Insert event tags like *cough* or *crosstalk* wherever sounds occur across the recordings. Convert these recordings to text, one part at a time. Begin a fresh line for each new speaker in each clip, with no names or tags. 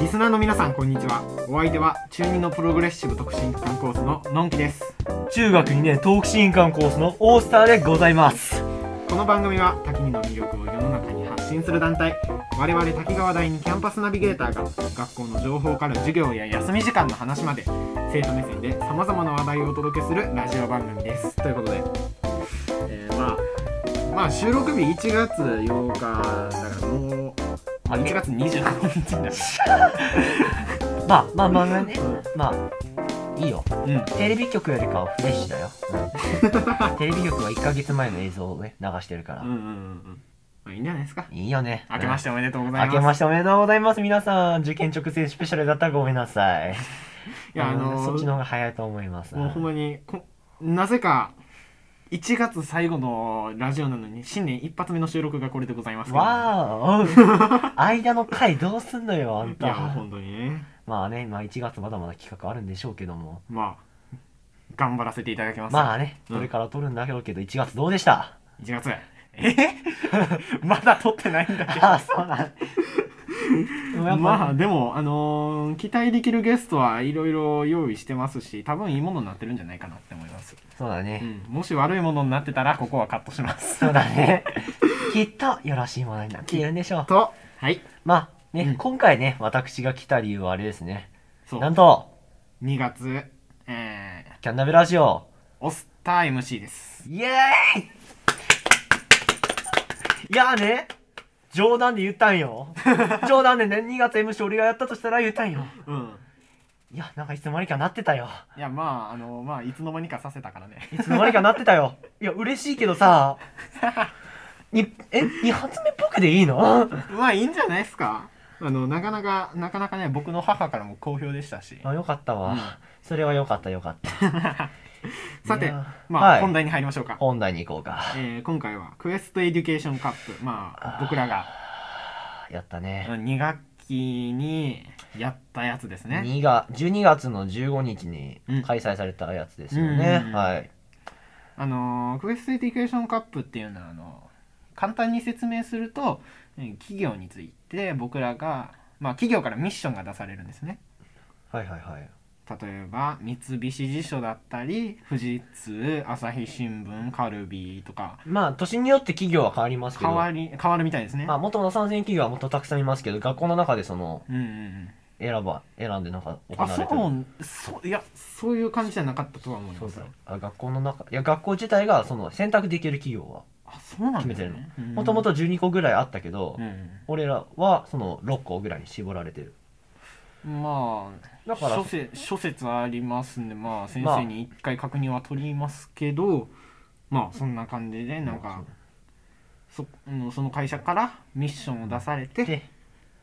リスナーの皆さんこんにちはお相手は中2のプログレッシブ特進機関コースののんきです
中学2年東北新館コースのオースターでございます
この番組は滝にの魅力を世の中に発信する団体我々滝川第二キャンパスナビゲーターが学校の情報から授業や休み時間の話まで生徒目線でさまざまな話題をお届けするラジオ番組ですということで、えーまあまあ収録日1月8日だからもう、まあ、1月28日だし、
まあまあまあまあねまあいいよ
うん、
テレビ局よりかはフレッシュ
*laughs*
だよテレビ局は1ヶ月前の映像をね流してるから、
うんうんうんうんまあいいんじゃないですか
いいよね
明けましてておめでとうございます
明けましておめでとうございます皆さん受験直前スペシャルだったらごめんなさい
いやあのー
そっちの方が早いと思います
もうほんまにこなぜか1月最後のラジオなのに新年一発目の収録がこれでございますけど *laughs*
わーお間の回どうすんのよあん
いや
た
本当にね
まあね、まあ、1月まだまだ企画あるんでしょうけども
まあ頑張らせていただきます、
まあね
うん
これから撮るんだろうけど1月どうでした、
1月えまだ撮ってないんだけ
ああそうなんで
ど
もやっぱ
まあでもあのー期待できるゲストはいろいろ用意してますし多分いいものになってるんじゃないかなって思います、
そうだ
う
ね、
ん、もし悪いものになってたらここはカットします
そうだねきっとよろしいものになっているんでしょう
とはい
まあね、
うん
今回ね私が来た理由はあれですね
そう
なんと
2月えー、
キャンナベラジオ
オスター MC です
イエーイいやーね冗談で言ったんよ冗談でね2月 MC 俺がやったとしたら言ったんよ
うん
いやなんかいつの間にかなってたよ
いやまああのまあいつの間にかさせたからね
いつの間にかなってたよいや嬉しいけどさにえ2発目っぽくでいいの
*laughs* まあいいんじゃないですかあのなかなかなかなかね僕の母からも好評でしたし
あよかったわ、
うん
それはよかったよかった
さて
いや
まあ、
はい
本題に入りましょうか、
本題に行こうか
えー今回はクエストエデュケーションカップまあ
あー
僕らが
やったね
2学期にやったやつですね
2が12月の15日に開催されたやつですよね、
うん
はい
あのークエストエデュケーションカップっていうのはあの簡単に説明するとうん企業について僕らがまあ企業からミッションが出されるんですね
はいはいはい
例えば三菱地所だったり富士通朝日新聞カルビーとか
まあ年によって企業は変わりますけど
変わり変わるみたいですね、
まあ元の参戦企業はもっとたくさんいますけど学校の中でその
うんうんうん
選ば選んでなんか行
あ
われてる
そうそういやそういう感じじゃなかったとは思い
そ
ま
う
す
そうあ学校の中いや学校自体がその選択できる企業は
あそうなんです
決め
ね
もともと12個ぐらいあったけど、
うんうん
俺らはその6個ぐらいに絞られてる
まあ
だから
諸説諸説ありますんでまあ先
まあ
生に一回確認は取りますけどまあそんな感じでなんかそうんその会社からミッションを出されて、
で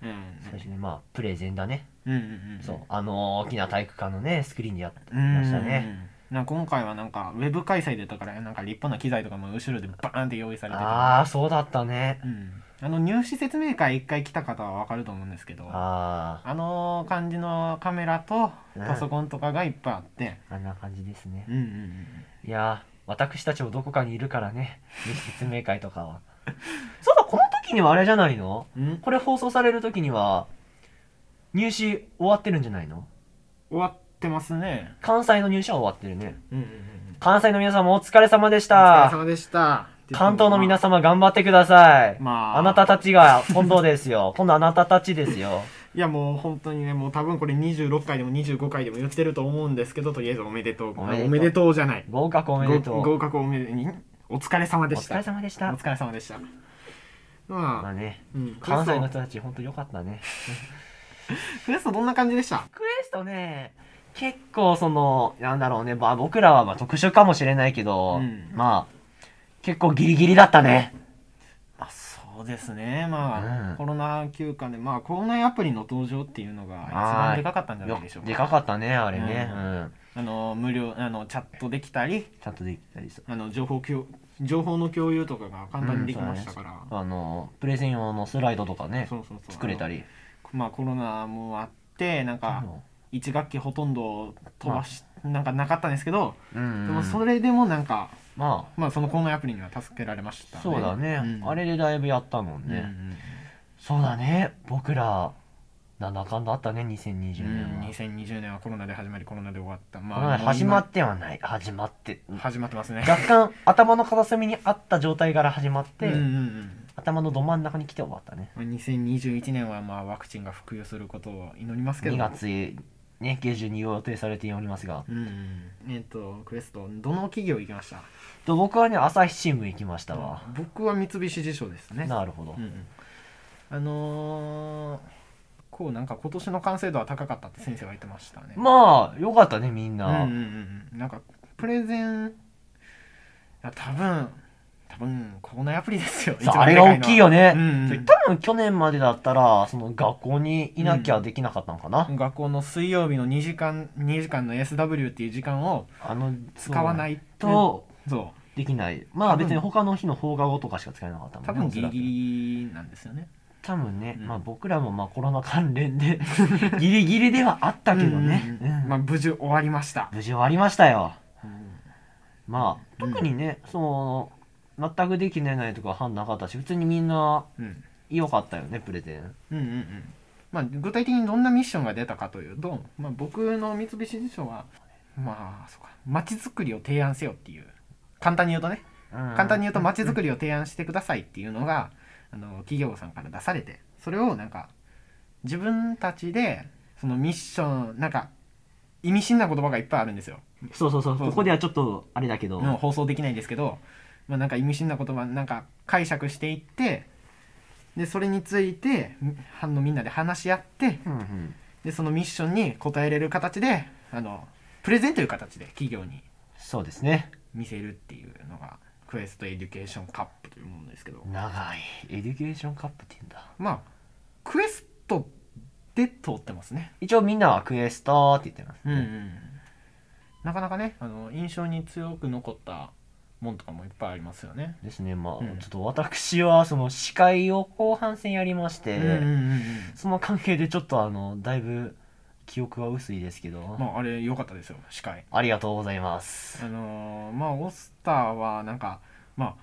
うん
最初にまあプレゼンだね、
うんうんうん、
そうあの大きな体育館のねスクリーンでやって
うんうんうん
ましたね
なんか今回はなんかウェブ開催でだからなんか立派な機材とかも後ろでバーンって用意されてて
ああそうだったね
うん、あの入試説明会一回来た方はわかると思うんですけどあ
あ
の感じのカメラと
うん
パソコンとかがいっぱいあって、
ああんな感じですね
うんうんうん、
いやー私たちもどこかにいるからね説明会とか
*laughs*
はそうだこの時にはあれじゃないの
うん
これ放送される時には入試終わってるんじゃないの
終わってますね、
関西の入試は終わってるね
うんうんうん、
関西の皆様お疲れ様でし
お疲れ
た
様でした
関東の皆
さ
様頑張ってください。
まあ
あなたたちが今度ですよ。今度あなたたちですよ。
んいやもう本当にねもう多分これ26回でも25回でも言ってると思うんですけどとりあえずおめでとう
おめでとう
とうじゃない
合格おめでと
ご
う。
合格おめでとうお疲れ様
お
でし
疲れ
た
様でし
お
た。
疲れ様でした
まあ
まあ、
ね、
うん、
関西の
クエ
人たち本当良かったね。
ストクエストどんな感じでした
クエストね、結構その、なんだろうね、まあ僕らはまあ特殊かもしれないけど、
うん
まあ、結構ギリギリだったね。
まあ、そうですね、まあ、
うん
コロナ休暇で、まあ、校内アプリの登場っていうのが一
は
番
い
でかかったんじゃな
よ
いでしょう
で
か。
かかったね、あれね。う。
うんあの無料あのチャットできたり
ちゃんとできたりさ。
あの情報共情報の共有とかが簡単にできましたから、
あの、プレゼン用のスライドとかね、
そうそうそう
作れたり。
まあ、コロナもあってなんか1学期ほとんど飛ばし、なんかなかったんですけど、
うん。
でもそれでもなんか、
まあ、
まあ、その校内アプリには助けられましたね
そうだね、
うん
あれでだいぶやったもん
うんうんう
ね、
ん
そうだね僕らなんだかんだあったね2020年は、
2020年はコロナで始まりコロナで終わった
この
ま
前
あ
始まってはない始まって
今始まってますね
若干頭の片隅にあった状態から始まって、
うんうんうん
頭のど真ん中に来て終わったね
まあ2021年はまあワクチンが服用することを祈りますけど
2月ね下旬に予定されておりますが
うんうんえっ、とクエストどの企業行きました
と僕はね朝日新聞行きましたわ、
僕は三菱地所ですね
なるほど、
うんうんあのー、こうなんか今年の完成度は高かったって先生は言ってましたね
まあよかったねみんな、
うんうんうんうんなんかプレゼンいや多分多分校内アプリですよ
さああれが大きいよ
ね、
ね、
うん
それ
う
多分去年までだったらその学校にいなきゃできなかったのかな、
ん、学校の水曜日の2時間2時間の SW っていう時間を
あの
使わない
と
そ
できないまあ
多分
別に他の日の放課後とかしか使えなかった
う
も
多分
んねおそ
ギ
ら
リ
く
ギリなんですよね
多分ね、
うん
まあ僕らもまあコロナ関連で *laughs* ギリギリではあったけどね、
うんうんうん
うん
まあ無事終わりました、
無事終わりましたよ
うん
まあ
うん
特にね、その全くできないないとか判なかったし普通にみんな
うん、
良かったよねプレゼン
うんうんうんまあ具体的にどんなミッションが出たかというと、まあ、僕の三菱地所はまあそうか街づくりを提案せよっていう簡単に言うとね簡
簡
単に言うと街づ
り
くりを提案してくださいっていうのが、あの企業さんから出されてそれをなんか自分たちでそのミッションなんか意味深な言葉がいっぱいあるんですよ。
そうそうそ
そ
う
うそう
ここではちょっとあれだけど、
もう放送できないんですけど、まあ、なんか意味深な言葉なんか解釈していってでそれについてあのみんなで話し合って
うんうん
でそのミッションに応えれる形であのプレゼンという形で企業に
そうですね
見せるっていうのがクエストエデュケーションカップというものですけど。
長いエデュケーションカップって言うんだ
まあクエストで通ってますね、
一応みんなはクエストって言ってます、
なかなかねあの印象に強く残ったもんとかもいっぱいありますよね、
ですねまあ、
うん
ちょっと私はその司会を後半戦やりまして、その関係でちょっとあのだいぶ記憶は薄いですけど、
まああれ良かったですよ司会
ありがとうございます
あのーまあオスターはなんかまあ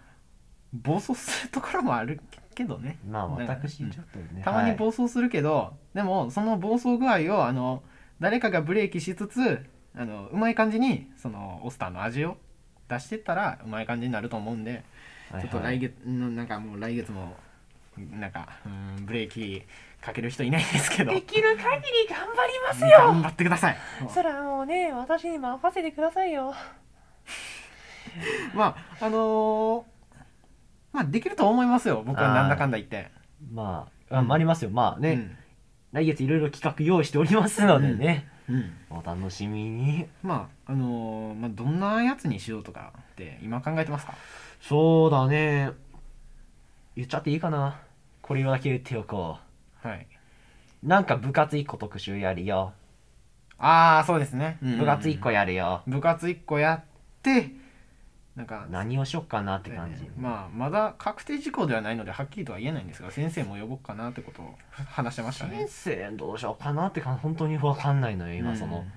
暴走するところもあるけどね
まあ
なんか
私ち
う
ょ
ん
っとね、
たまに
はい
暴走するけど、でもその暴走具合をあの誰かがブレーキしつつあのうまい感じにそのオスターの味を出してったらうまい感じになると思うんで、
はいはい
ちょっと来月のなんかもう来月もなんかうんブレーキかける人いないですけど
できる限り頑張ります
頑
よ
張ってください
そらもうね私に任せてくださいよ
まああのーまあできると思いますよ僕はなんだかんだ言って、
まあ、
うん
まあありますよまあね、来月いろいろ企画用意しておりますのでね、
うん、うん
お楽しみに
まああのーまあ、どんなやつにしようとかって今考えてますか
そうだね言っちゃっていいかなこれだけ言っておこ
はいう
なんか部活1個特集やるよ
ああそうですね、
部活1個やるよ、
部活1個やってなんか
何をしよっかなって感じ、
まあまだ確定事項ではないのではっきりとは言えないんですが先生も呼ぼうかなってことを話してました
先
ね
生どうしようかなってか本当に分かんないのよ今その、
うん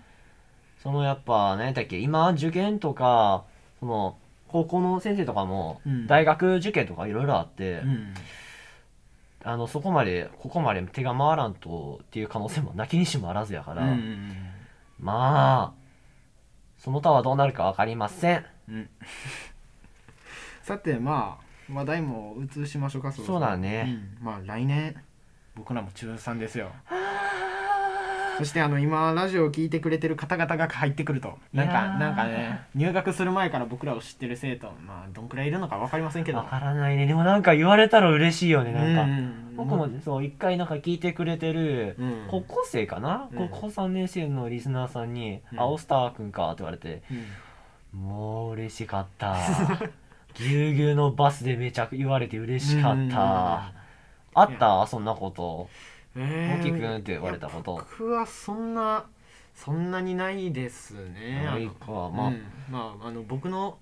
そのやっぱ何だっけ今受験とかその高校の先生とかも、
うん
大学受験とかいろいろあって、
うん
あのそこまでここまで手が回らんとっていう可能性もなきにしもあらずやから、
うん
まあその他はどうなるか分かりません
うんさてまあ話題も移しましょうかそろそろ
そうだね、
うんまあ来年僕らも中3ですよそしてあの今ラジオを聞いてくれてる方々が入ってくるとなん
いや
か
ー
なんかね入学する前から僕らを知ってる生徒まあどんくらいいるのか分かりませんけど
分からないねでもなんか言われたら嬉しいよねなんか、
うん
僕もそう一回なんか聞いてくれてる
うん
高校生かな、
うん
高校3年生のリスナーさんに
う
「
ん
あオスター君か」って言われて
うん
もう嬉しかった
*laughs*
ぎゅうぎゅうのバスでめちゃく言われて嬉しか
う
っ
ん
たあったそんなこと
え
大
ー
きくんって言われたこ
いや
と
僕はそんなそんなにないですね
ない
あ
か
の
まあ
うんまああの僕の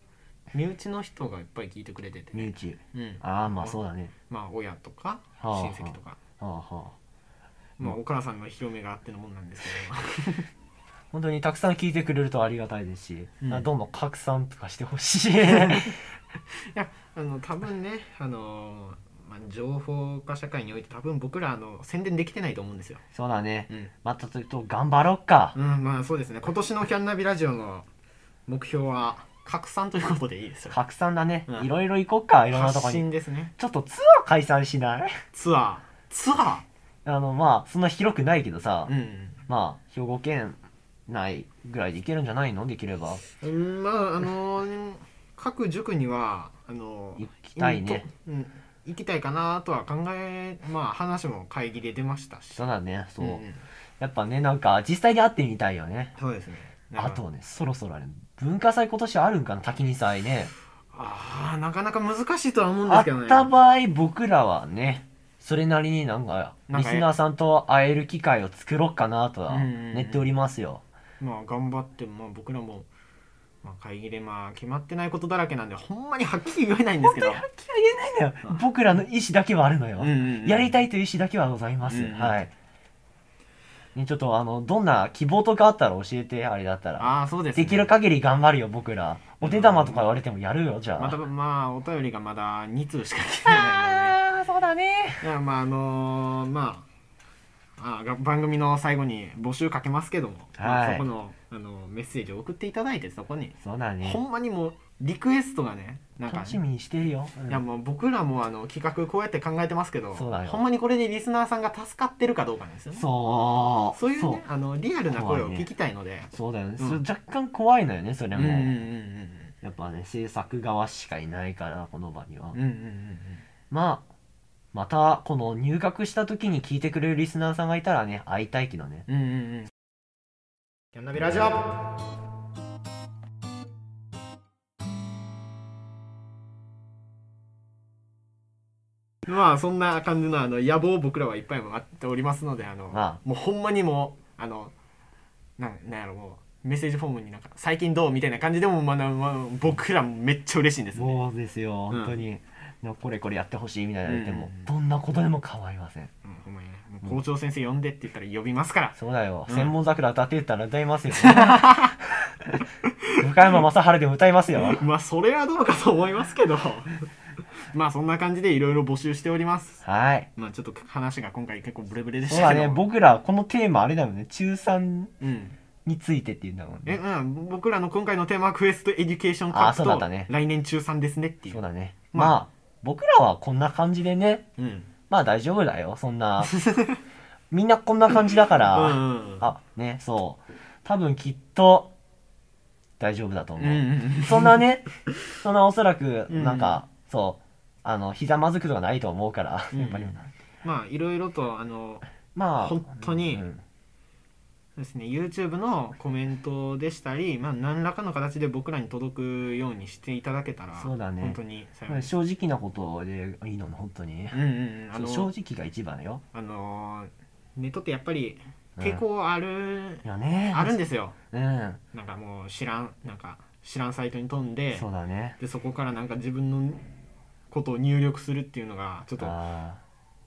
身内の人がいっぱい聞いてくれてて、
身内
うん、
ああまあそうだね
まあ親とか
はあはあ
親戚とか、
はあは
まあ、お母さんの広めがあってのもんなんですけ
*laughs* あ本当にたくさん聞いてくれるとありがたいですし、
うん
あどんどん拡
*laughs*
散とかしてほしい
どいやあの多分ねあのーまあ、情報化社会において多分僕らあの宣伝できてないと思うんですよ。
そうだね
うん、
またというと頑張ろっか
うん、まあそうですね今年のキャンナビラジオの目標は拡散ということでいいですよ。
拡散だね、
うん
いろいろ行こっかいろんなとこ
発
に
信ですね。
ちょっとツアー解散しない
ツアーツア
あのまあそんな広くないけどさ
ー、うん
まあ兵庫県内ぐらいで行けるんじゃないのできれば
うん、まああのー各塾にはあのー
行きたいね、
うんとうん、行きたいかなとは考えまあ話も会議で出ましたし
そうだねそう、
んん
やっぱねなんか実際に会ってみたいよね
そうですねなんか
あとねそろそろあれ文化祭今年あるんかな滝に祭ね
あーなかなか難しいとは思うんで
あ
す
っ
けどね
た場合僕らはねそれなりになんか
なん
リ
か
スナーさんと会える機会を作ろうかなとは
うんうんうん
練っておりますよ、
まあ頑張ってまあ僕らも、まあ、会議でまあ決まってないことだらけなんでほんまにはっきり言えないんですけど、
気は言えないんだよ僕らの意思だけはあるのよ、やり
い
たいという意思だけはございます、
うんうん
はい、ね、ちょっとあのどんな希望とかあったら教えてあれだったら
ああそうです、ね、
できる限り頑張るよ僕らお手玉とか言われてもやるよじゃあ、
またまあお便りがまだ2通しか来てない
ああそうだね
の
*laughs*
でいやまああのーまああが番組の最後に募集かけますけども、まあ
はい
そこのあのメッセージを送っていただいてそこに、
そうだ
ほ
ね
んまにもうリクエストがねなんか
楽し
ね、
みにしてるよ、うん
いやもう僕らもあの企画こうやって考えてますけど
そうだよ
ほんまにこれでリスナーさんが助かってるかどうかなんですよね
そう
そういう
そ
ねあのリアルな声を聞きたいので
そうだよね、
うん
それ若干怖いのよねそれ
うん
も、
うん
やっぱね制作側しかいないからこの場には、
うんうんうんうん
まあまたこの入学した時に聞いてくれるリスナーさんがいたらね会いたいけどね
うんうんうんうんキャンナビラジオまあそんな感じのあの野望を僕らはいっぱいもあっておりますのであの、
ま
もうほんまにもうあのなんなんやろもうメッセージフォームになんか「最近どう?」みたいな感じでも、まあまあ、僕らもめっちゃ嬉しいんですね
そうですよ
うん
本当に、なんかこれこれやってほしいみたいなの言っても、
うん
どんなことでも構いません
うんほんまにねもう校長先生呼んでって言ったら呼びますから、
そうだよ、
うん
千本桜歌ってたら歌いますよ *laughs* 向山雅治でも歌いますよ
まあそれはどうかと思いますけど *laughs* まあそんな感じでいろいろ募集しております
はい
まあちょっと話が今回結構ブレブレでし
そう
た
だ
けど
ね僕らこのテーマあれだもんね中3
うん
についてっていうんだもん
え
ね
うん、僕らの今回のテーマはクエストエデュケーションカ
あ
ッ
そ
プ
うだっ
と、
たね
来年中3ですねっていう
そうだね
ま
ま
あ
あ、僕らはこんな感じでね
うん、うん
まあ大丈夫だよそん
*laughs*
なみんなこんな感じだから、
うん
あねそう多分きっと大丈夫だと
う
思
ん
う、
うん
そんなね、そんなおそらく、
うん
なんか、そう、あの、ひざまずくとかないと思うから、
うん
やっぱり。
まあいろいろとあの
まあ、
本当に
うん
そうですね YouTube のコメントでしたり、まあ、何らかの形で僕らに届くようにしていただけたら
そうだね
本当に幸い
まあ
です、
正直なことでいいのね、本当
うん
に。
うんうん、あ
そう
の
正直が一番よ。
あのーネットってやっぱり
うん
結構ある、
いやね。
あるんですよ
うん。
なんかもう知らんなんか知らんサイトに飛んで
そうだね。
でそこからなんか自分のことを入力するっていうのがちょっと
あ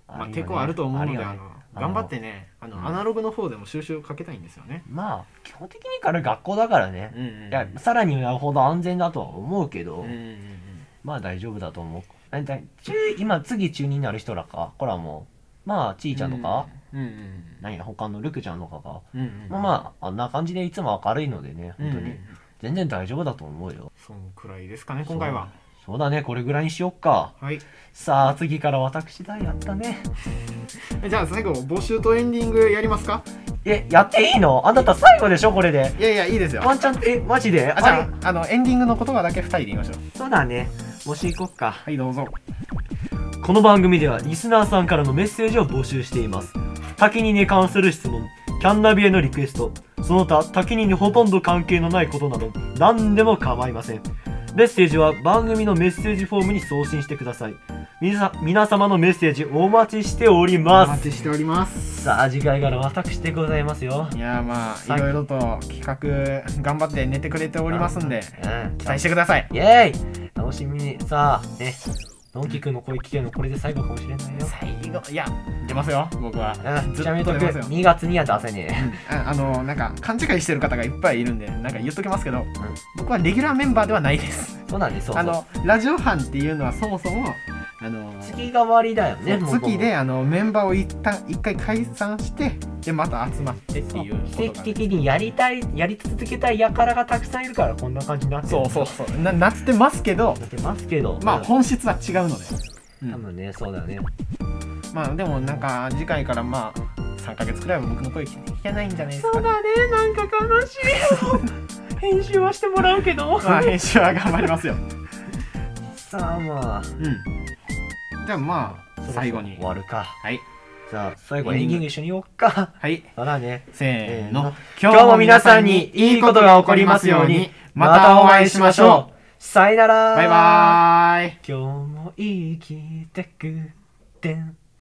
ー
まあ、
るよね
抵抗あると思うので
ある
あ
よね
の
あ
頑
の
張ってねあの、
うん
アナログの方でも収集をかけたいんですよね。
まあ、基本的にから学校だから
う
ね。
んうんうん
いや、さらになるほど安全だとは思うけ
う
ど、
んうんうん
まあ大丈夫だと思う。だいたい中、今、次中2になる人らか、こらもう、まあ、ちいちゃんとか、
うんうん
何や他のルクちゃんとかが、
うんうん
まあまああんな感じでいつも明るいのでね
うんう
本
ん
当に、全然大丈夫だと思うよ
そんくらいですかね今回は
そうだねこれぐらいにしよっか
はい
さあ次から私だやったね
えじゃあ最後募集とエンディングやりますか
えやっていいのあなた最後でしょこれで
いやいやいいですよ
ワンチャンえマジで
あじ
あ
ゃ
れ
ああのエンディングの言葉だけ2人で言いましょう
そうだねもし行こっか
はいどうぞ
この番組ではリスナーさんからのメッセージを募集しています。滝にに関する質問、キャンナビへのリクエスト、その他滝ににほとんど関係のないことなど何でも構いません。メッセージは番組のメッセージフォームに送信してください。みなさ皆様のメッセージお待ちしており
お
ま
待ちしております
す。さあ次回から私でございますよ。
いやまあ
はいい
ろいろと企画頑張って寝てくれておりますんで
うん
期待してください
イエーイ楽しみにさあね、のんきくんの声聞けるのこれで最後かもしれないよ。
最後いや出ますよ僕は
うん、
ずっ
ちなみに
と
と
出
く
ますよ
2月には出せねえ。
ああのなんか勘違いしてる方がいっぱいいるんでなんか言っときますけど、僕はレギュラーメンバーではないです
そうなんです、そうそう
あのラジオ班っていうのはそもそもあのー
月替わりだよね
そう月であのメンバーを一旦一回解散してでまた集まってっていうこと
奇
が
跡的にやりたいやり続けたい輩がたくさんいるからこんな感じになってる
そうそうそうななってますけど
なってますけど
まあ
うん
本質は違うので、うん
多分ねそうだよね
まあでもなんか次回からまあ3ヶ月くらいは僕の声聞けないんじゃないです
そう
か、ね、
だねなんか悲し *laughs* い編集はしてもらうけど
まあ編集は頑張りますよ
*laughs* さあまあ
うんじゃあまあ最後に
終わるか
はい
じゃあ最後エンディング一緒に言おうか
はい
そうだね
せーの
今日も皆さんにいいことが起こりますようにまたお会いしましょうさよなら
バイバーイ
今日も生きてくってん